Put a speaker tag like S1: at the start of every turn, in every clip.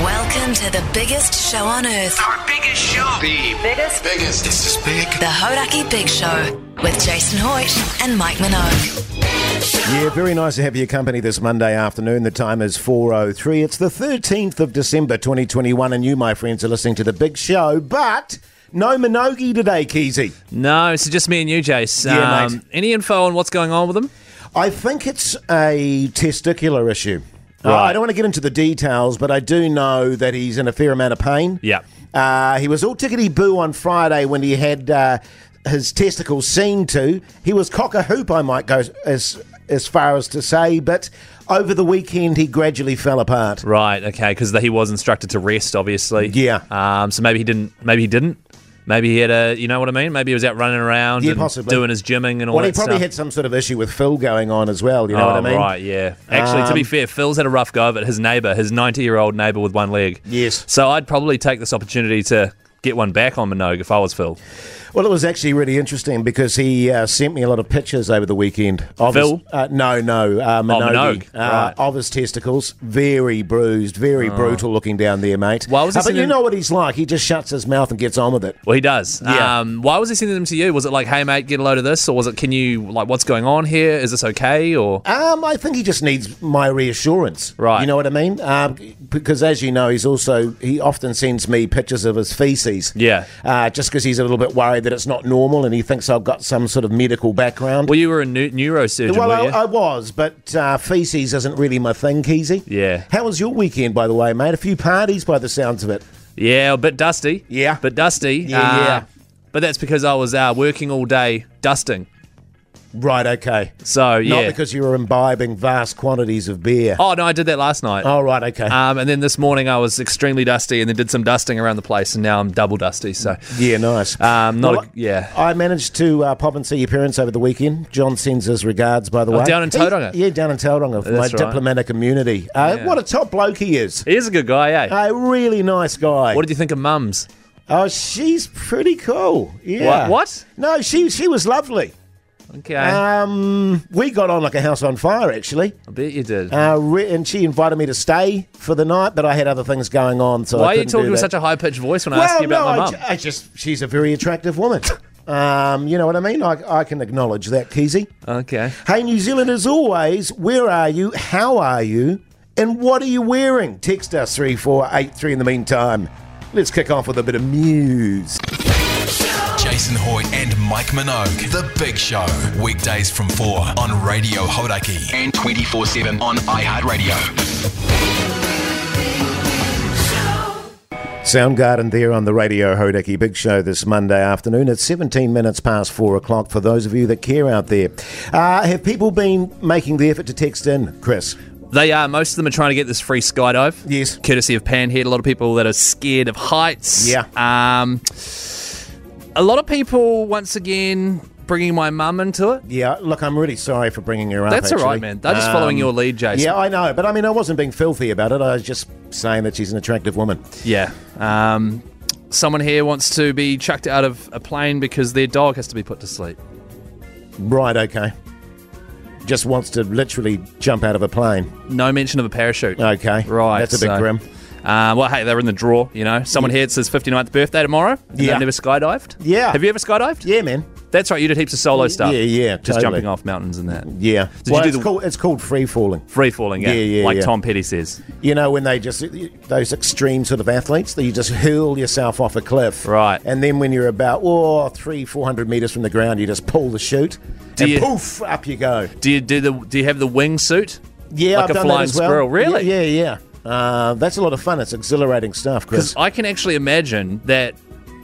S1: Welcome to the biggest show on earth,
S2: Our biggest show. The biggest. Biggest. This is big.
S1: the Hodaki Big Show, with Jason Hoyt and Mike Minogue.
S3: Yeah, very nice to have your company this Monday afternoon. The time is 4.03. It's the 13th of December 2021, and you, my friends, are listening to the big show, but no Minogi today, Keezy.
S4: No, it's just me and you, Jace.
S3: Yeah, mate.
S4: Any info on what's going on with them?
S3: I think it's a testicular issue. Uh,
S4: Right.
S3: I don't want to get into the details, but I do know that he's in a fair amount of pain.
S4: Yeah.
S3: Uh, he was all tickety boo on Friday when he had uh, his testicles seen to. He was cock a hoop, I might go as as far as to say, but over the weekend he gradually fell apart.
S4: Right. Okay. Because he was instructed to rest, obviously.
S3: Yeah.
S4: Um. So maybe he didn't. Maybe he didn't. Maybe he had a. You know what I mean? Maybe he was out running around.
S3: Yeah,
S4: and
S3: possibly.
S4: Doing his gymming and all
S3: Well, he
S4: that
S3: probably
S4: stuff.
S3: had some sort of issue with Phil going on as well. You know
S4: oh,
S3: what I mean?
S4: right, yeah. Actually, to be
S3: Um,
S4: fair, Phil's had a rough go of it. His neighbour, his 90 year old neighbour with one leg.
S3: Yes.
S4: So I'd probably take this opportunity to get one back on Minogue if I was Phil.
S3: Well, it was actually really interesting because he uh, sent me a lot of pictures over the weekend. Of
S4: Phil? Oh,
S3: His, uh, no, no, uh, Minogue.
S4: Minogue,
S3: Uh,
S4: right.
S3: Of his testicles. Very bruised, very brutal looking down there, mate.
S4: Why was he
S3: Uh, but you
S4: sending-
S3: know what he's like. He just shuts his mouth and gets on with it.
S4: Well, he does.
S3: Yeah.
S4: Um, why was he sending them to you? Was it like, hey, mate, get a load of this? Or was it, can you, like, what's going on here? Is this okay? Or.
S3: Um, I think he just needs my reassurance.
S4: Right.
S3: You know what I mean? Um, because as you know, he's also he often sends me pictures of his feces.
S4: Yeah.
S3: Uh, just because he's a little bit worried that it's not normal, and he thinks I've got some sort of medical background.
S4: Well, you were a neu- neurosurgeon,
S3: well,
S4: were you?
S3: I, I was, but uh, feces isn't really my thing, Keezy.
S4: Yeah.
S3: How was your weekend, by the way, mate? A few parties, by the sounds of it.
S4: yeah, a bit dusty.
S3: Yeah.
S4: Bit dusty.
S3: Yeah,
S4: Uh,
S3: yeah.
S4: But that's because I was uh, working all day dusting.
S3: Right. Okay.
S4: So, yeah.
S3: Not because you were imbibing vast quantities of beer.
S4: oh, no, I did that last night.
S3: Oh, right. Okay.
S4: Um, and then this morning I was extremely dusty and then did some dusting around the place and now I'm double dusty. So,
S3: Yeah, nice.
S4: Um, not
S3: Well,
S4: a- yeah.
S3: I managed to uh, pop and see your parents over the weekend. John sends his regards, by the way.
S4: Oh, down in
S3: He-
S4: Tauranga?
S3: yeah, down in Tauranga for my
S4: That's right.
S3: diplomatic immunity. Uh,
S4: Yeah.
S3: What a top bloke he is.
S4: he is a good guy, eh?
S3: A really nice guy.
S4: what did you think of mum's?
S3: oh, she's pretty cool. Yeah.
S4: What- what?
S3: No, she she was lovely.
S4: Okay.
S3: Um, we got on like a house on fire, actually.
S4: I bet you did.
S3: Uh, re- and she invited me to stay for the night, but I had other things going on, so I
S4: Why are you
S3: couldn't do
S4: talking with
S3: that.
S4: such a high pitched voice when I asked
S3: Well,
S4: you about
S3: no,
S4: my
S3: I,
S4: mum?
S3: ju- I just she's a very attractive woman. Um, you know what I mean? I, I can acknowledge that, Keezy.
S4: okay.
S3: Hey, New Zealand, as always, where are you? How are you? And what are you wearing? Text us 3483 in the meantime. Let's kick off with a bit of muse.
S2: Jason Hoyt and Mike Minogue. The Big Show. Weekdays from 4 on Radio Hodaki. And 24 7 on iHeartRadio.
S3: Soundgarden there on the Radio Hodaki Big Show this Monday afternoon. It's 17 minutes past 4 o'clock for those of you that care out there. Uh, have people been making the effort to text in, Chris?
S4: They are. Most of them are trying to get this free skydive.
S3: Yes.
S4: Courtesy of Panhead. A lot of people that are scared of heights.
S3: Yeah.
S4: Um, a lot of people, once again, bringing my mum into it.
S3: Yeah, look, I'm really sorry for bringing her up.
S4: That's all right,
S3: actually. Um,
S4: man. They're just following your lead, Jason.
S3: Yeah, I know, but I mean, I wasn't being filthy about it. I was just saying that she's an attractive woman.
S4: Yeah. Um, someone here wants to be chucked out of a plane because their dog has to be put to sleep.
S3: Right, okay. Just wants to literally jump out of a plane.
S4: No mention of a parachute.
S3: Okay.
S4: Right.
S3: That's a bit
S4: so-
S3: grim.
S4: Uh, well, hey, they're in the draw, you know. Someone here, it's his 59th birthday tomorrow. And
S3: Yeah.
S4: They've never skydived.
S3: Yeah.
S4: Have you ever skydived?
S3: Yeah, man.
S4: That's right. You did heaps of solo stuff.
S3: yeah, yeah,
S4: Just
S3: totally.
S4: jumping off mountains and that.
S3: Yeah.
S4: Did
S3: well,
S4: you do
S3: it's,
S4: the
S3: called, it's called free falling.
S4: free falling?
S3: Yeah, yeah,
S4: Like
S3: yeah.
S4: Tom Petty says.
S3: You know, when they just, those extreme sort of athletes, that you just hurl yourself off a cliff.
S4: Right.
S3: And then when you're about, oh, three, 400 metres from the ground, you just pull the chute.
S4: Do
S3: and
S4: you-
S3: poof, up you go.
S4: Do you do the? Do you have the wingsuit?
S3: Yeah,
S4: Like
S3: I've
S4: a
S3: done that
S4: flying
S3: as well.
S4: squirrel, really?
S3: Yeah, yeah. yeah. Uh, that's a lot of fun. It's exhilarating stuff, Chris.
S4: Because I can actually imagine that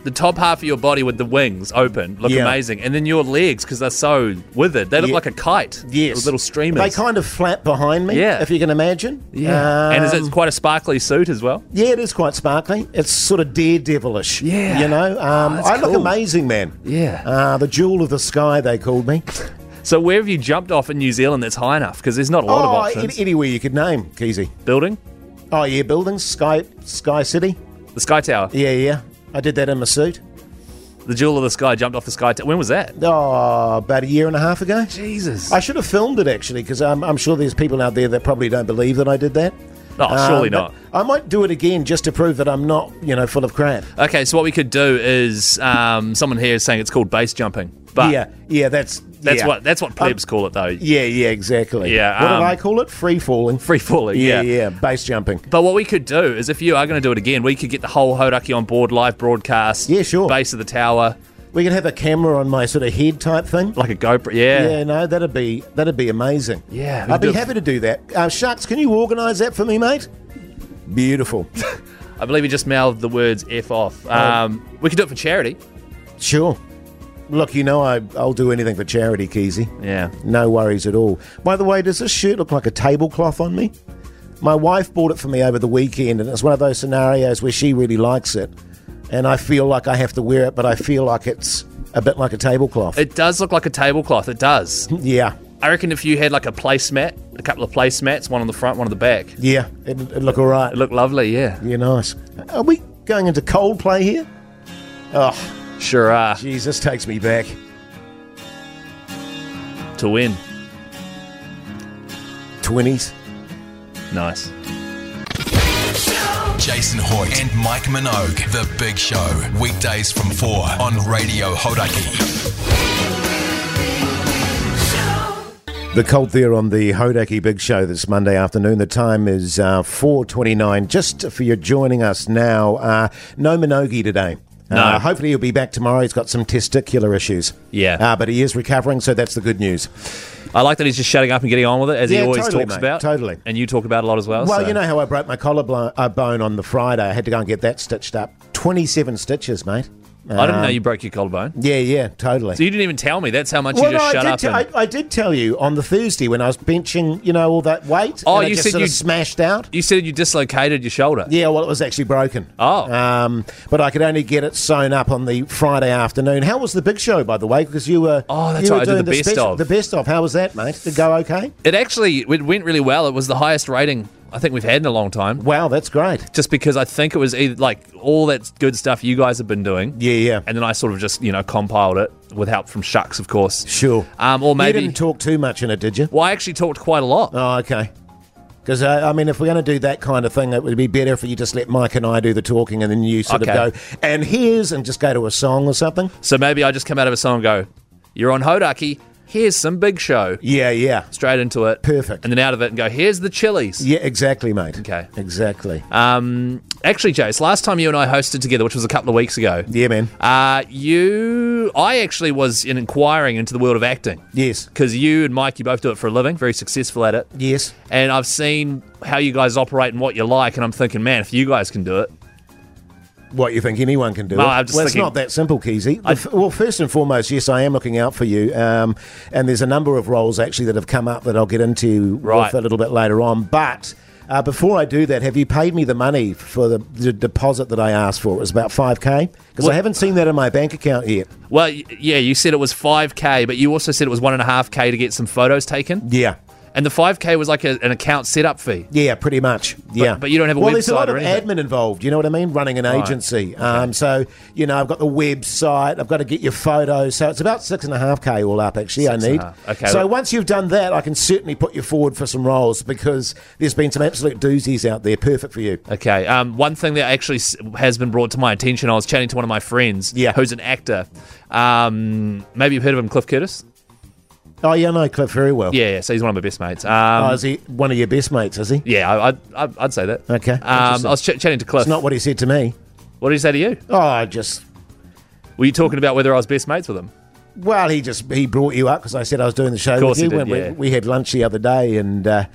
S4: the top half of your body with the wings open look
S3: Yeah.
S4: amazing, and then your legs because they're so withered, they look
S3: Yeah.
S4: like a kite.
S3: Yes,
S4: with little streamers.
S3: They kind of flap behind me.
S4: Yeah.
S3: if you can imagine.
S4: yeah, and is
S3: Um,
S4: it quite a sparkly suit as well?
S3: Yeah, it is quite sparkly. It's sort of daredevilish.
S4: Yeah. Oh,
S3: you know. Um,
S4: that's
S3: I look
S4: cool.
S3: amazing, man.
S4: Yeah.
S3: Uh, the jewel of the sky, they called me.
S4: So where have you jumped off in New Zealand that's high enough? Because there's not a lot of
S3: oh,
S4: options.
S3: an- anywhere you could name, Keezy.
S4: Building
S3: Oh yeah, buildings, sky, sky city.
S4: the Sky Tower,
S3: Yeah, yeah. I did that in my suit.
S4: the Jewel of the Sky jumped off the Sky Tower. When was that?
S3: Oh, about a year and a half ago.
S4: Jesus.
S3: I should have filmed it actually, because I'm, I'm sure there's people out there that probably don't believe that I did that.
S4: Oh, surely
S3: but
S4: not.
S3: I might do it again just to prove that I'm not, you know, full of crap.
S4: Okay, so what we could do is um, someone here is saying it's called base jumping, but
S3: yeah, yeah, that's
S4: that's
S3: yeah. Um,
S4: what that's what plebs call it though.
S3: Yeah, yeah, exactly.
S4: Yeah,
S3: What
S4: um,
S3: did I call it? Free falling.
S4: Free falling.
S3: Yeah,
S4: Yeah,
S3: yeah, base jumping.
S4: But what we could do is, if you are going to do it again, we could get the whole Hodaki on board live broadcast.
S3: Yeah, sure.
S4: Base of the tower,
S3: We could have a camera on my sort of head type thing.
S4: like a GoPro. Yeah.
S3: Yeah, no, that'd be that'd be amazing.
S4: Yeah, we
S3: I'd
S4: could
S3: be
S4: do it.
S3: happy to do that. Uh, Sharks, can you organise that for me, mate? Beautiful.
S4: I believe he just mouthed the words "f off." Um, we could do it for charity.
S3: sure. Look, you know I, I'll do anything for charity, Keezy.
S4: Yeah.
S3: No worries at all. By the way, does this shirt look like a tablecloth on me? My wife bought it for me over the weekend, and it's one of those scenarios where she really likes it, and I feel like I have to wear it, but I feel like it's a bit like a tablecloth.
S4: It does look like a tablecloth. It does.
S3: yeah,
S4: I reckon if you had like a placemat, a couple of placemats, one on the front, one on the back,
S3: yeah, it, it look all right.
S4: it looked lovely. Yeah.
S3: Yeah, nice. Are we going into cold play here? Oh,
S4: Sure are
S3: geez, this takes me back.
S4: to win.
S3: 20s.
S4: Nice.
S2: Jason Hoyt and Mike Minogue. The Big Show. Weekdays from 4 on Radio Hodaki.
S3: The Colt there on the Hodaki Big Show this Monday afternoon. The time is uh, 4.29. Just for you joining us now, uh, no Minogi today.
S4: No.
S3: Uh, hopefully he'll be back tomorrow. He's got some testicular issues.
S4: Yeah.
S3: Uh, but he is recovering, so that's the good news.
S4: I like that he's just shutting up and getting on with it, as
S3: Yeah,
S4: he always
S3: totally,
S4: talks
S3: mate,
S4: about.
S3: totally.
S4: And you talk about it a lot as well.
S3: Well,
S4: so-
S3: you know how I broke my collarbone uh, bone on the Friday. I had to go and get that stitched up. 27 stitches, mate.
S4: I didn't
S3: um,
S4: know you broke your collarbone.
S3: Yeah, yeah, totally.
S4: So you didn't even tell me. That's how much
S3: Well,
S4: you just
S3: no,
S4: shut
S3: I,
S4: up.
S3: did te-
S4: and-
S3: I, I did tell you on the Thursday when I was benching, you know, all that weight.
S4: Oh,
S3: and it
S4: you
S3: just
S4: said
S3: sort of
S4: you-
S3: smashed out.
S4: you said you dislocated your shoulder.
S3: Yeah, well, it was actually broken.
S4: Oh.
S3: um, but I could only get it sewn up on the Friday afternoon. How was the big show, by the way? Because you were
S4: Oh, that's
S3: you
S4: right,
S3: were
S4: I did
S3: doing
S4: the best
S3: special-
S4: of.
S3: the best of. How was that, mate? Did it go okay?
S4: It actually it went really well. It was the highest rating I think we've had in a long time.
S3: Wow, that's great.
S4: Just because I think it was either, like all that good stuff you guys have been doing.
S3: Yeah, yeah,
S4: And then I sort of just you know compiled it with help from Shucks, of course.
S3: sure.
S4: Um, or
S3: you
S4: maybe.
S3: didn't talk too much in it, did you?
S4: well, I actually talked quite a lot.
S3: Oh, okay. Because uh, I mean, if we're going to do that kind of thing, it would be better if you just let Mike and I do the talking, and then you sort
S4: Okay.
S3: of go and here's and just go to a song or something.
S4: So maybe I just come out of a song and go, "You're on Hodaki. Here's some big show."
S3: Yeah, yeah.
S4: Straight into it.
S3: Perfect.
S4: And then out of it and go, "Here's the Chili's."
S3: Yeah, exactly, mate.
S4: Okay.
S3: Exactly.
S4: Um, actually, Jace, last time you and I hosted together, which was a couple of weeks ago.
S3: yeah, man.
S4: Uh, you, I actually was in inquiring into the world of acting.
S3: Yes.
S4: because you and Mike, you both do it for a living, very successful at it.
S3: Yes.
S4: And I've seen how you guys operate and what you like, and I'm thinking, man, if you guys can do it,
S3: What you think anyone can do?
S4: No,
S3: it.
S4: I'm just
S3: well,
S4: thinking-
S3: it's not that simple, Keezy. The f- well, first and foremost, yes, I am looking out for you, um, and there's a number of roles actually that have come up that I'll get into
S4: Right.
S3: with a little bit later on. But uh, before I do that, have you paid me the money for the, the deposit that I asked for? It was about five k because I
S4: What-
S3: haven't seen that in my bank account yet.
S4: well, y- yeah, you said it was 5K, but you also said it was 1.5K to get some photos taken.
S3: Yeah.
S4: And the 5K was like a, an account setup fee.
S3: Yeah, pretty much. Yeah,
S4: but you don't have a
S3: well. there's a
S4: website
S3: lot
S4: or
S3: of
S4: anything.
S3: admin involved. You know what I mean? Running an agency. Um, so you know, I've got the website. I've got to get your photos. So it's about six and a half k all up. Actually,
S4: Six
S3: I
S4: and a
S3: need.
S4: half. Okay,
S3: So
S4: look-
S3: once you've done that, I can certainly put you forward for some roles because there's been some absolute doozies out there, perfect for you.
S4: Okay. Um, one thing that actually s- has been brought to my attention, I was chatting to one of my friends
S3: Yeah.
S4: who's an actor. Um, maybe you've heard of him, Cliff Curtis?
S3: Oh yeah, I know Cliff very well.
S4: Yeah, yeah, so he's one of my best mates. Um,
S3: Oh, is he one of your best mates? Is he?
S4: yeah, I, I'd, I'd- I'd say that.
S3: Okay,
S4: Um, I
S3: interesting.
S4: was ch- chatting to Cliff.
S3: It's not what he said to me.
S4: what did he say to you?
S3: Oh, I just.
S4: Were you talking about whether I was best mates with him?
S3: Well, he just he brought you up because I said I was doing the show
S4: course
S3: with you
S4: he did,
S3: when
S4: yeah.
S3: we, we had lunch the other day and uh,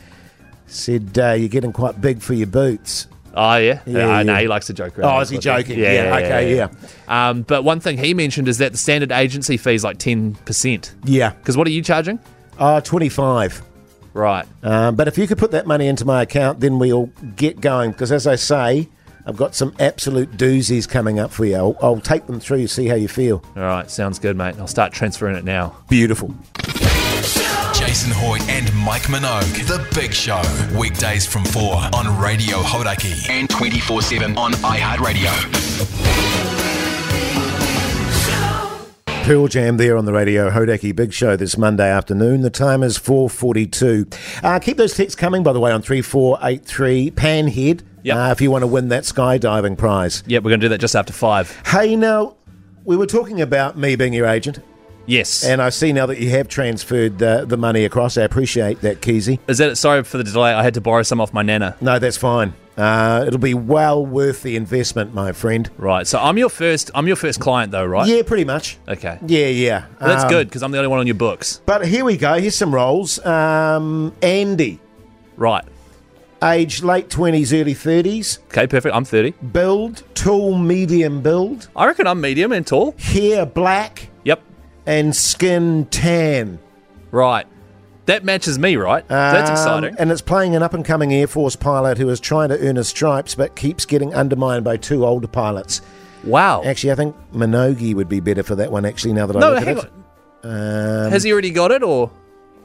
S3: said uh, you're getting quite big for your boots.
S4: Oh yeah,
S3: Yeah,
S4: yeah. I
S3: yeah.
S4: know he likes to joke around.
S3: Oh, is he
S4: with it.
S3: joking? Yeah, okay,
S4: Um, but one thing he mentioned is that the standard agency fee is like ten percent.
S3: Yeah.
S4: Because what are you charging?
S3: Uh, 25.
S4: Right.
S3: Um, but if you could put that money into my account, then we'll get going. Because as I say, I've got some absolute doozies coming up for you. I'll, I'll take them through, see how you feel.
S4: All right. Sounds good, mate. I'll start transferring it now.
S3: Beautiful.
S2: Jason Hoyt and Mike Minogue. The Big Show. Weekdays from 4 on Radio Hodaki. And 24 7 on iHeartRadio.
S3: Pearl Jam there on the radio Hodaki Big Show this Monday afternoon. The time is 4.42. Uh, keep those texts coming, by the way, on 3483 Panhead
S4: Yep.
S3: uh, if you want to win that skydiving prize.
S4: Yeah, we're going to do that just after five.
S3: Hey, now, we were talking about me being your agent,
S4: Yes.
S3: and I see now that you have transferred the, the money across. I appreciate that, Keezy.
S4: Is that it? Sorry for the delay. I had to borrow some off my nana.
S3: No, that's fine. Uh, it'll be well worth the investment, my friend.
S4: Right. So I'm your first. I'm your first client, though, right?
S3: Yeah, pretty much.
S4: Okay.
S3: Yeah, yeah.
S4: Well, that's
S3: Um,
S4: good because I'm the only one on your books.
S3: But here we go. Here's some roles. Um, Andy,
S4: Right.
S3: age late 20s, early 30s.
S4: Okay. Perfect. I'm 30.
S3: Build, tall, medium build.
S4: I reckon I'm medium and tall.
S3: Hair black
S4: Yep.
S3: and skin tan.
S4: Right. That matches me, right? So that's
S3: Um,
S4: exciting.
S3: And it's playing an up and coming Air Force pilot who is trying to earn his stripes but keeps getting undermined by two older pilots.
S4: Wow.
S3: Actually, I think Minogi would be better for that one, actually, now that I eh,
S4: No,
S3: look
S4: hang
S3: at it.
S4: on. Has he already got it, or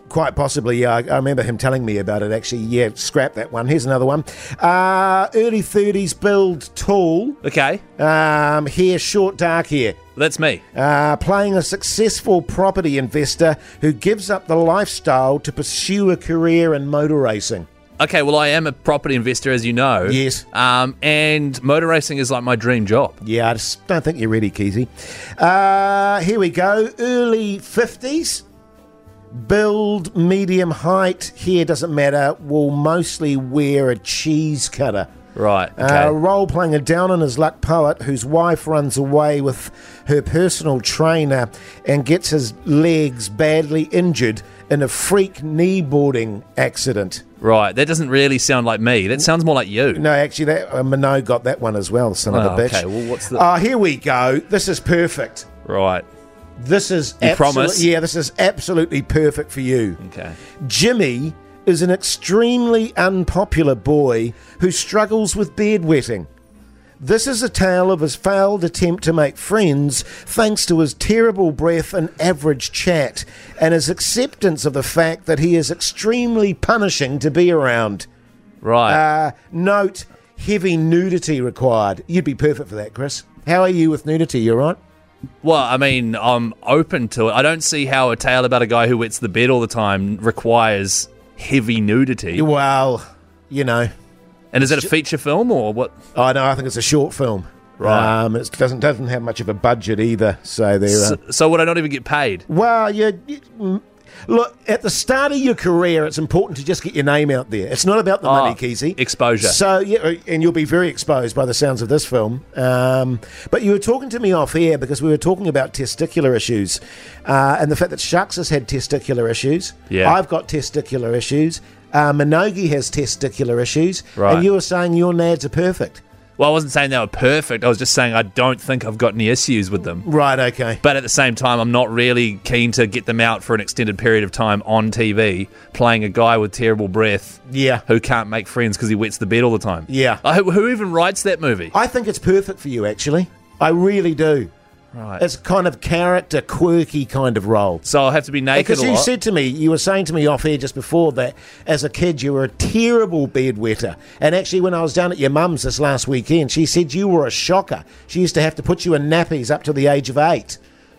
S3: Quite possibly, yeah. I, I remember him telling me about it, actually. Yeah, scrap that one. Here's another one. Uh, early 30s build, tall.
S4: okay?
S3: Um, hair short, dark hair.
S4: That's me.
S3: Uh, playing a successful property investor who gives up the lifestyle to pursue a career in motor racing.
S4: Okay. Well, I am a property investor, as you know.
S3: Yes.
S4: Um, and motor racing is like my dream job.
S3: Yeah, I just don't think you're ready, Keezy. Uh, here we go. Early 50s. Build, medium height, hair doesn't matter. Will mostly wear a cheese cutter.
S4: Right. Okay.
S3: Uh, role playing a down on his luck poet whose wife runs away with her personal trainer and gets his legs badly injured in a freak kneeboarding accident.
S4: right. That doesn't really sound like me. That sounds more like you.
S3: No, actually, that uh, Minot got that one as well, son of
S4: Oh,
S3: a bitch.
S4: okay. Well, what's the-
S3: Oh, here we go. This is perfect.
S4: Right.
S3: This is
S4: You
S3: absolu-
S4: promise?
S3: Yeah, this is absolutely perfect for you.
S4: Okay.
S3: Jimmy is an extremely unpopular boy who struggles with bedwetting. This is a tale of his failed attempt to make friends thanks to his terrible breath and average chat, and his acceptance of the fact that he is extremely punishing to be around.
S4: Right.
S3: Uh, note heavy nudity required. You'd be perfect for that, Chris. How are you with nudity? You alright?
S4: well, I mean, I'm open to it. I don't see how a tale about a guy who wets the bed all the time requires heavy nudity.
S3: Well, you know.
S4: And is it a feature film or what?
S3: I know. I think it's a short film.
S4: Right.
S3: Um, it doesn't doesn't have much of a budget either. So there.
S4: So,
S3: are
S4: so would I not even get paid?
S3: well, you, you mm, look at the start of your career. It's important to just get your name out there. It's not about the money, Keezy.
S4: Ah, exposure.
S3: So yeah, uh, and you'll be very exposed by the sounds of this film. Um, but you were talking to me off air because we were talking about testicular issues, uh, and the fact that Shucks has had testicular issues.
S4: Yeah.
S3: I've got testicular issues. Uh, Minogi has testicular issues,
S4: Right.
S3: and you were saying your nads are perfect.
S4: Well, I wasn't saying they were perfect. I was just saying I don't think I've got any issues with them.
S3: Right. Okay.
S4: But at the same time, I'm not really keen to get them out for an extended period of time on TV, playing a guy with terrible breath
S3: Yeah.
S4: who can't make friends because he wets the bed all the time.
S3: Yeah.
S4: Uh, who, who even writes that movie?
S3: I think it's perfect for you, actually. I really do.
S4: Right.
S3: It's kind of character, quirky kind of role.
S4: so I'll have to be naked
S3: Because
S4: a
S3: you
S4: lot.
S3: said to me, you were saying to me off air just before that as a kid you were a terrible bedwetter. And actually, when I was down at your mum's this last weekend, she said you were a shocker. She used to have to put you in nappies up to the age of eight.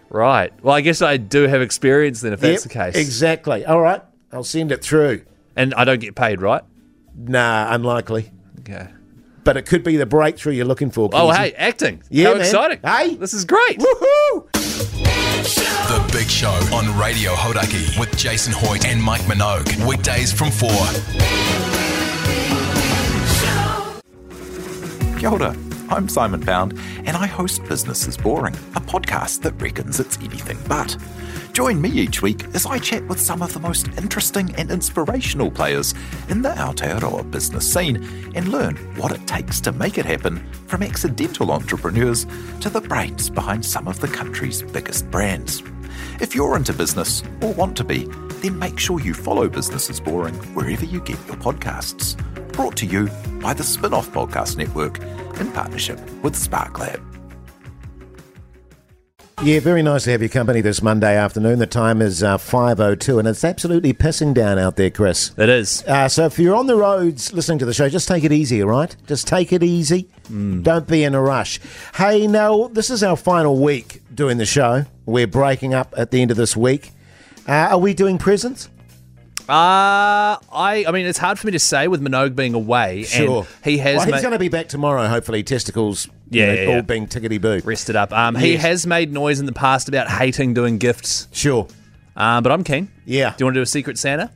S4: right. Well, I guess I do have experience then if that's the
S3: Yep,
S4: case.
S3: Exactly. All right, I'll send it through.
S4: and I don't get paid, right?
S3: Nah, unlikely.
S4: Okay.
S3: But it could be the breakthrough you're looking for.
S4: Oh,
S3: Kenzie.
S4: hey, acting.
S3: Yeah,
S4: How
S3: man.
S4: exciting.
S3: Hey.
S4: This is great.
S3: Woohoo!
S2: The Big Show on Radio Hodaki with Jason Hoyt and Mike Minogue. Weekdays from 4.
S5: Kia ora, I'm Simon Pound, and I host Business is Boring, a podcast that reckons it's anything but. Join me each week as I chat with some of the most interesting and inspirational players in the Aotearoa business scene and learn what it takes to make it happen from accidental entrepreneurs to the brains behind some of the country's biggest brands. If you're into business or want to be, then make sure you follow Business is Boring wherever you get your podcasts brought to you by the Spinoff Podcast Network in partnership with Spark Lab.
S3: Yeah, very nice to have your company this Monday afternoon. The time is uh, 5.02 and it's absolutely pissing down out there, Chris.
S4: It is.
S3: Uh, so if you're on the roads listening to the show, just take it easy, all right? Just take it easy.
S4: Mm.
S3: Don't be in a rush. Hey, now, this is our final week doing the show. We're breaking up at the end of this week. Uh, are we doing presents?
S4: Uh, I I mean, it's hard for me to say with Minogue being away. And he has
S3: Well, he's
S4: ma-
S3: going to be back tomorrow, hopefully. Testicles, you
S4: Yeah,
S3: know,
S4: yeah,
S3: all
S4: yeah.
S3: being tickety boo.
S4: rested up. Um, He
S3: Yes.
S4: has made noise in the past about hating doing gifts,
S3: Sure.
S4: um, but I'm keen.
S3: Yeah.
S4: Do you want to do a Secret Santa?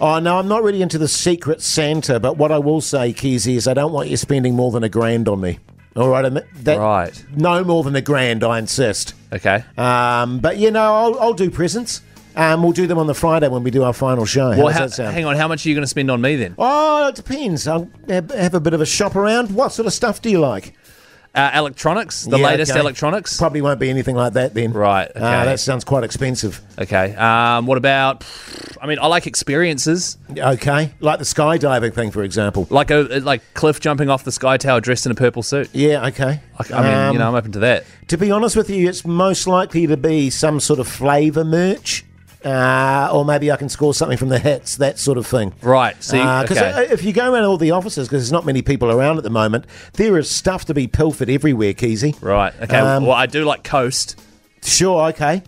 S3: Oh no, I'm not really into the secret Santa, but what I will say, Kizzy, is I don't want you spending more than a grand on me. All right, I'm- that,
S4: Right.
S3: No more than a grand, I insist.
S4: Okay.
S3: Um, but you know, I'll, I'll do presents. Um, we'll do them on the Friday when we do our final show. How
S4: well,
S3: does
S4: how,
S3: that sound?
S4: hang on. How much are you going to spend on me then?
S3: Oh, it depends. I'll have have a bit of a shop around. What sort of stuff do you like?
S4: Uh, electronics, the
S3: Oh. Yeah,
S4: latest
S3: okay.
S4: electronics.
S3: Probably won't be anything like that then.
S4: Right,
S3: Ah,
S4: okay.
S3: that sounds quite expensive.
S4: okay. Um, what about? I mean, I like experiences,
S3: Okay. Like the skydiving thing, for example.
S4: like a like Cliff jumping off the sky tower dressed in a purple suit.
S3: Yeah, okay.
S4: Like, I mean,
S3: Um,
S4: you know, I'm open to that.
S3: To be honest with you, it's most likely to be some sort of flavour merch, uh, or maybe I can score something from the hits, that sort of thing.
S4: Right, so you-
S3: Because
S4: okay.
S3: if you go around all the offices, because there's not many people around at the moment, there is stuff to be pilfered everywhere, Keezy.
S4: Right. Okay.
S3: Um,
S4: well, I do like Coast.
S3: Sure, okay.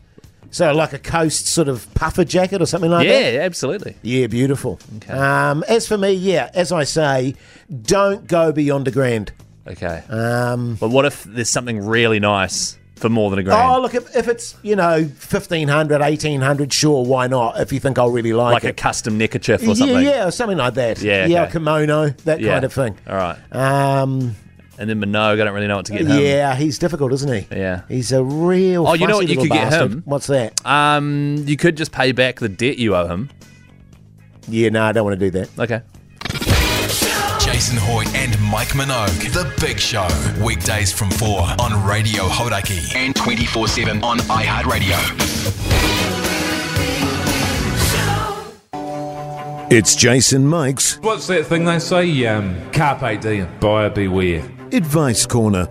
S3: So, like a coast sort of puffer jacket or something like that?
S4: Yeah, absolutely.
S3: Yeah, beautiful. Um, as for me, yeah, as I say, don't go beyond a grand.
S4: Okay. Um, but what if there's something really nice for more than a grand?
S3: Oh, look, if, if it's, you know, 1500, 1800, sure, why not? If you think I'll really like,
S4: like
S3: it.
S4: a custom neckerchief or something.
S3: Yeah, yeah, something like that.
S4: Yeah,
S3: yeah,
S4: okay.
S3: a kimono, that
S4: Yeah.
S3: kind of thing.
S4: All right.
S3: Um,
S4: And then Minogue, I don't really know what to get him.
S3: yeah, he's difficult, isn't he?
S4: Yeah.
S3: he's a real.
S4: Oh, you know
S3: fussy
S4: what you
S3: little
S4: could get
S3: bastard.
S4: him?
S3: What's that?
S4: Um, you could just pay back the debt you owe him.
S3: Yeah, no, I don't want to do that.
S4: Okay.
S2: Jason Hoy and Mike Minogue. The Big Show. Weekdays from 4 on Radio Hodaki. And 24 7 on iHeartRadio.
S6: It's Jason Mike's
S7: What's that thing they say? Um, carpe diem, buyer beware.
S6: Advice Corner.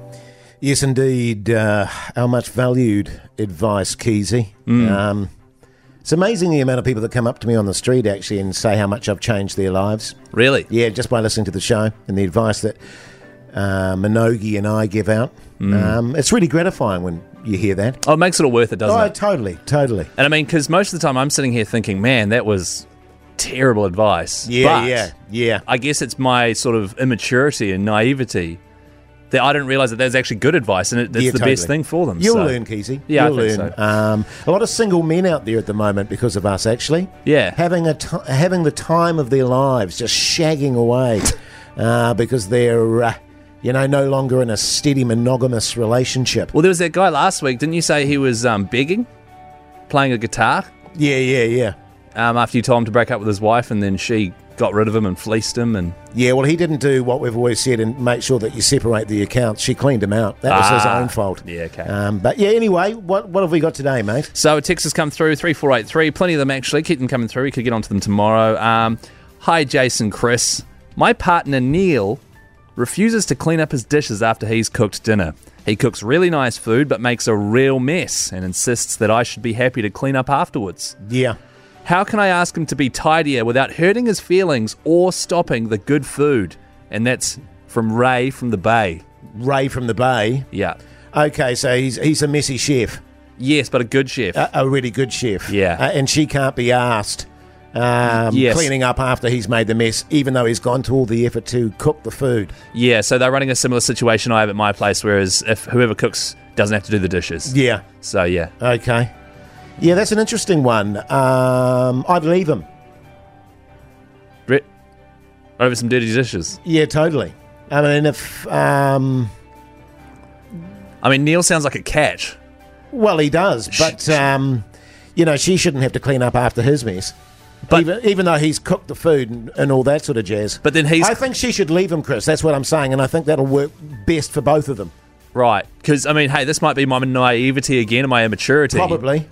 S3: Yes, indeed. Uh, how much valued advice, Keezy?
S4: Mm.
S3: Um, it's amazing the amount of people that come up to me on the street actually and say how much I've changed their lives.
S4: Really?
S3: Yeah, just by listening to the show and the advice that uh, Minogi and I give out.
S4: Mm.
S3: Um, it's really gratifying when you hear that.
S4: Oh, it makes it all worth it, doesn't
S3: oh,
S4: it?
S3: totally, totally.
S4: And I mean, because most of the time I'm sitting here thinking, man, that was terrible advice.
S3: Yeah,
S4: But
S3: yeah, yeah.
S4: I guess it's my sort of immaturity and naivety that I didn't realize that that was actually good advice and it, it's
S3: Yeah,
S4: the best
S3: totally.
S4: thing for them.
S3: You'll
S4: so-
S3: learn, Keezy.
S4: Yeah, I
S3: You'll
S4: think
S3: learn.
S4: so.
S3: Um, a lot of single men out there at the moment because of us, actually.
S4: Yeah.
S3: Having a t- having the time of their lives, just shagging away uh, because they're, uh, you know, no longer in a steady monogamous relationship.
S4: Well, there was that guy last week. Didn't you say he was um, begging, playing a guitar
S3: Yeah, yeah, yeah.
S4: um, after you told him to break up with his wife, and then she got rid of him and fleeced him? And
S3: Yeah, well, he didn't do what we've always said and make sure that you separate the accounts. She cleaned him out. That was his
S4: Ah.
S3: own fault.
S4: Yeah, okay.
S3: Um, but yeah, anyway, what what have we got today, mate?
S4: so a text has come through three four eight three. Plenty of them actually. Keep them coming through. We could get onto them tomorrow. Um, Hi, Jason, Chris. My partner Neil refuses to clean up his dishes after he's cooked dinner. He cooks really nice food, but makes a real mess and insists that I should be happy to clean up afterwards.
S3: Yeah.
S4: How can I ask him to be tidier without hurting his feelings or stopping the good food? And that's from Ray from the Bay.
S3: Ray from the Bay.
S4: Yeah.
S3: Okay, so he's he's a messy chef.
S4: Yes, but a good chef.
S3: a, a really good chef.
S4: Yeah.
S3: Uh, and she can't be asked um,
S4: Yes.
S3: cleaning up after he's made the mess, even though he's gone to all the effort to cook the food.
S4: yeah, so they're running a similar situation I have at my place, whereas if whoever cooks doesn't have to do the dishes.
S3: Yeah.
S4: So yeah.
S3: Okay. Yeah, that's an interesting one. Um, I'd leave him.
S4: Brett, over some dirty dishes.
S3: Yeah, totally. I mean, if um,
S4: I mean, Neil sounds like a catch.
S3: well, he does, but um, you know, she shouldn't have to clean up after his mess.
S4: But-
S3: even, even though he's cooked the food and, and all that sort of jazz.
S4: But then he's
S3: I think she should leave him, Chris. That's what I'm saying, and I think that'll work best for both of them.
S4: right because I mean, hey, this might be my naivety again and my immaturity.
S3: Probably.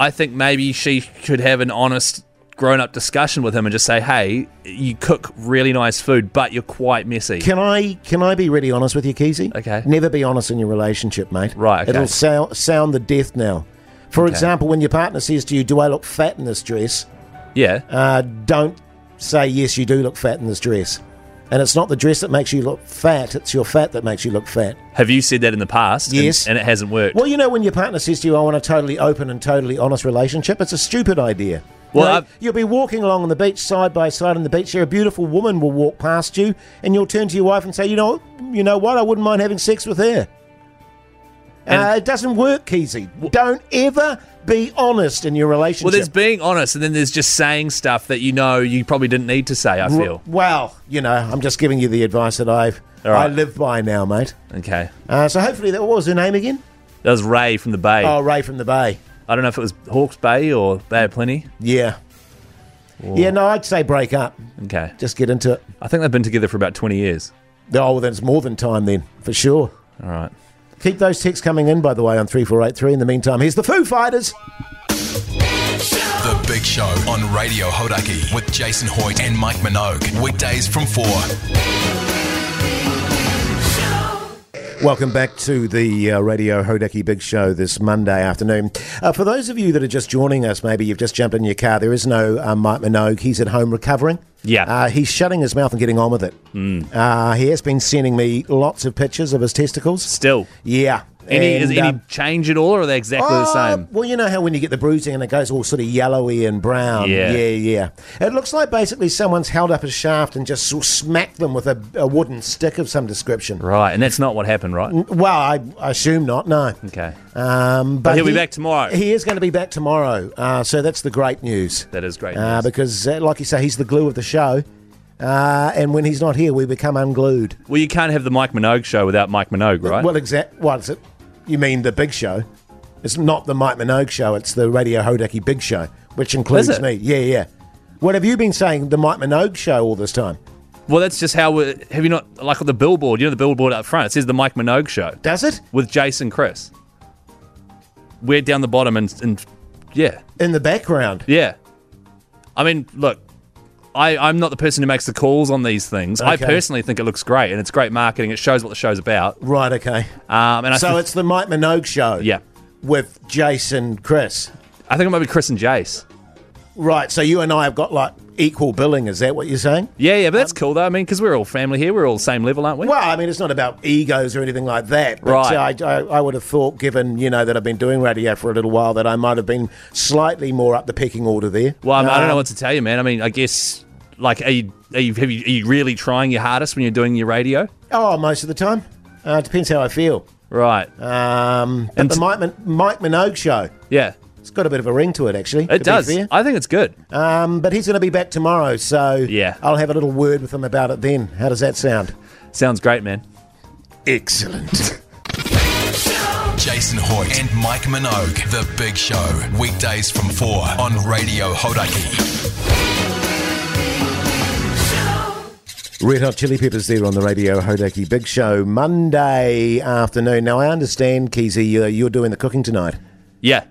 S4: I think maybe she could have an honest grown up discussion with him and just say, hey, you cook really nice food, but you're quite messy.
S3: Can I can I be really honest with you, Keezy?
S4: Okay.
S3: Never be honest in your relationship, mate.
S4: Right, okay.
S3: It'll sou- sound the death now. For example, when your partner says to you, "Do I look fat in this dress?"
S4: yeah.
S3: Uh, don't say yes. You do look fat in this dress, and it's not the dress that makes you look fat. It's your fat that makes you look fat.
S4: Have you said that in the past? and-
S3: Yes.
S4: And, it hasn't worked.
S3: Well, you know when your partner says to you, "I want a totally open and totally honest relationship," it's a stupid idea. You
S4: Well,
S3: know,
S4: I've-
S3: you'll be walking along on the beach side by side on the beach. Here, a beautiful woman will walk past you, and you'll turn to your wife and say, "You know, you know what? I wouldn't mind having sex with her." Uh,
S4: And-
S3: it doesn't work, Keezy. Don't ever be honest in your relationship.
S4: Well, there's being honest, and then there's just saying stuff that you know you probably didn't need to say, I feel.
S3: well, you know, I'm just giving you the advice that I've
S4: All right.
S3: I live by now, mate.
S4: Okay.
S3: Uh, so hopefully, that what was her name again?
S4: That was Ray from the Bay.
S3: Oh, Ray from the Bay.
S4: I don't know if it was Hawke's Bay or Bay of Plenty.
S3: Yeah, yeah. No, I'd say break up.
S4: Okay.
S3: Just get into it.
S4: I think they've been together for about 20 years.
S3: Oh, well, then it's more than time then, for sure.
S4: All right.
S3: Keep those texts coming in, by the way, on 3483. In the meantime, here's the Foo Fighters.
S2: The Big Show on Radio Hodaki with Jason Hoyt and Mike Minogue. Weekdays from 4.
S3: Welcome back to the uh, Radio Hodaki Big Show this Monday afternoon. Uh, for those of you that are just joining us, maybe you've just jumped in your car. There is no uh, Mike Minogue. He's at home recovering.
S4: Yeah. Hmm.
S3: Uh, he's shutting his mouth and getting on with it. Uh, he has been sending me lots of pictures of his testicles.
S4: Still.
S3: Yeah.
S4: Any,
S3: And,
S4: is any
S3: um,
S4: change at all, or are they exactly the
S3: Uh,
S4: same?
S3: Well, you know how when you get the bruising and it goes all sort of yellowy and brown.
S4: Yeah.
S3: yeah, yeah. It looks like basically someone's held up a shaft and just sort of smacked them with a, a wooden stick of some description.
S4: Right, and that's not what happened, right?
S3: Well, I, I assume not. No.
S4: Okay.
S3: Um, but
S4: he'll be back tomorrow.
S3: He is going to be back tomorrow. Uh, so that's the great news.
S4: That is great
S3: Uh,
S4: news.
S3: because, uh, like you say, he's the glue of the show. Uh, and when he's not here, we become unglued.
S4: Well, you can't have the Mike Minogue show without Mike Minogue, right?
S3: Well, exact. What is it? You mean the big show? It's not the Mike Minogue show. It's the Radio Hodaki Big Show, which includes
S4: Is it?
S3: me. Yeah, yeah. What have you been saying? The Mike Minogue show all this time?
S4: Well, that's just how we have you not like on the billboard? You know the billboard up front. It says the Mike Minogue show
S3: Does it
S4: with Jason Chris. We're down the bottom and and yeah
S3: in the background?
S4: yeah. I mean, look, I I'm not the person who makes the calls on these things. I
S3: Okay.
S4: personally think it looks great and it's great marketing. It shows what the show's about.
S3: Right. Okay.
S4: Um, and I
S3: So
S4: think,
S3: it's the Mike Minogue show.
S4: Yeah.
S3: With Jason Chris.
S4: I think it might be Chris and Jace.
S3: Right. So you and I have got like equal billing. Is that what you're saying?
S4: Yeah, yeah, but that's cool though. I mean, because we're all family here. We're all same level, aren't we?
S3: Um, Well, I mean, it's not about egos or anything like that. But
S4: Right.
S3: uh, I, I, I would have thought, given you know that I've been doing radio for a little while, that I might have been slightly more up the pecking order there.
S4: Well, I, mean, I don't know
S3: Um,
S4: what to tell you, man. I mean, I guess like, are you are you, have you are you really trying your hardest when you're doing your radio?
S3: Oh, most of the time. Uh, it depends how I feel.
S4: Right.
S3: Um, but
S4: And
S3: the
S4: t-
S3: Mike, Min- Mike Minogue show.
S4: yeah.
S3: It's got a bit of a ring to it, actually. to
S4: It
S3: be
S4: does.
S3: fair.
S4: I think it's good.
S3: Um, but he's going to be back tomorrow, so
S4: Yeah.
S3: I'll have a little word with him about it then. How does that sound?
S4: Sounds great, man.
S3: Excellent.
S2: Jason Hoyt and Mike Minogue. The Big Show. Weekdays from 4 on Radio Hodaki.
S3: Red Hot Chili Peppers there on the Radio Hodaki Big Show Monday afternoon. Now I understand, Keezy, you're, you're doing the cooking tonight.
S4: Yeah.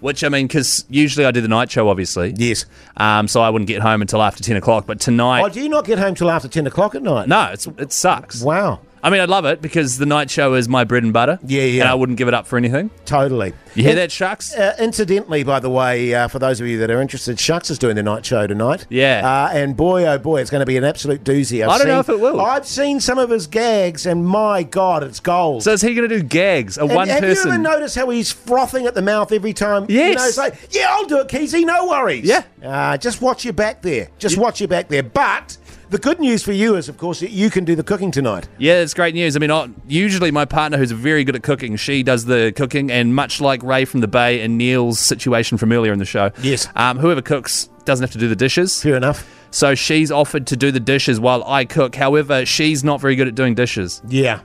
S4: Which I mean, because usually I do the night show, obviously.
S3: Yes.
S4: Um, so I wouldn't get home until after ten o'clock. But tonight,
S3: Oh, do you not get home till after ten o'clock at night?
S4: no, it's it sucks.
S3: Wow.
S4: I mean, I love it because the night show is my bread and butter.
S3: Yeah, yeah.
S4: And I wouldn't give it up for anything.
S3: Totally.
S4: You hear that, Shucks?
S3: Uh, incidentally, by the way, uh, for those of you that are interested, Shucks is doing the night show tonight.
S4: Yeah.
S3: Uh, and boy, oh boy, it's going to be an absolute doozy. I've
S4: I don't know
S3: seen-
S4: if it will.
S3: I've seen some of his gags, and my God, it's gold.
S4: So is he going to do gags? A
S3: And
S4: one
S3: have
S4: person?
S3: you ever noticed how he's frothing at the mouth every time? You
S4: Yes.
S3: know, it's like, yeah, I'll do it, Keezy, no worries.
S4: Yeah.
S3: Uh, just watch your back there. Just watch your back there. But the good news for you is, of course, that you can do the cooking tonight.
S4: Yeah, it's great news. I mean, I, usually my partner, who's very good at cooking, she does the cooking, and much like Ray from the Bay and Neil's situation from earlier in the show,
S3: Yes.
S4: um, whoever cooks doesn't have to do the dishes.
S3: Fair enough.
S4: So she's offered to do the dishes while I cook. However, she's not very good at doing dishes.
S3: Yeah.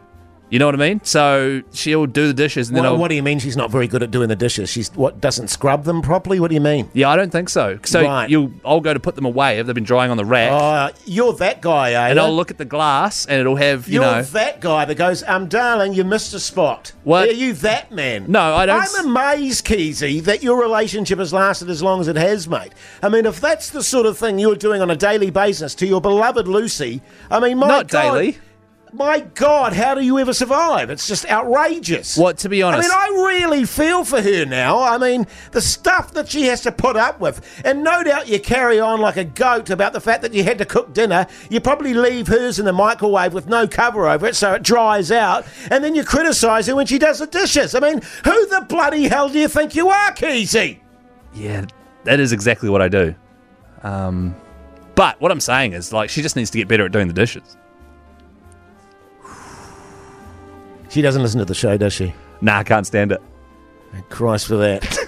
S4: You know what I mean? So she'll do the dishes, and then
S3: What,
S4: I'll,
S3: what do you mean she's not very good at doing the dishes? She's what doesn't scrub them properly? What do you mean?
S4: yeah, I don't think so. So
S3: Right.
S4: you'll I'll go to put them away if they've been drying on the rack,
S3: Oh, you're that guy, eh?
S4: and I'll look at the glass, and it'll have you
S3: You're
S4: know.
S3: that guy that goes, um, darling, you missed a spot.
S4: What?
S3: Are you that man?
S4: No, I don't s-
S3: I'm amazed, Keezy, that your relationship has lasted as long as it has, mate. I mean, if that's the sort of thing you're doing on a daily basis to your beloved Lucy, I mean, my
S4: Not
S3: God,
S4: daily.
S3: My God, how do you ever survive? It's just outrageous.
S4: What, to be honest-
S3: I mean, I really feel for her now. I mean, the stuff that she has to put up with. And no doubt you carry on like a goat about the fact that you had to cook dinner. You probably leave hers in the microwave with no cover over it so it dries out. And then you criticise her when she does the dishes. I mean, who the bloody hell do you think you are, Keezy?
S4: Yeah, that is exactly what I do. Um, but what I'm saying is, like, she just needs to get better at doing the dishes.
S3: She doesn't listen to the show, does she?
S4: Nah, I can't stand it.
S3: Christ for that.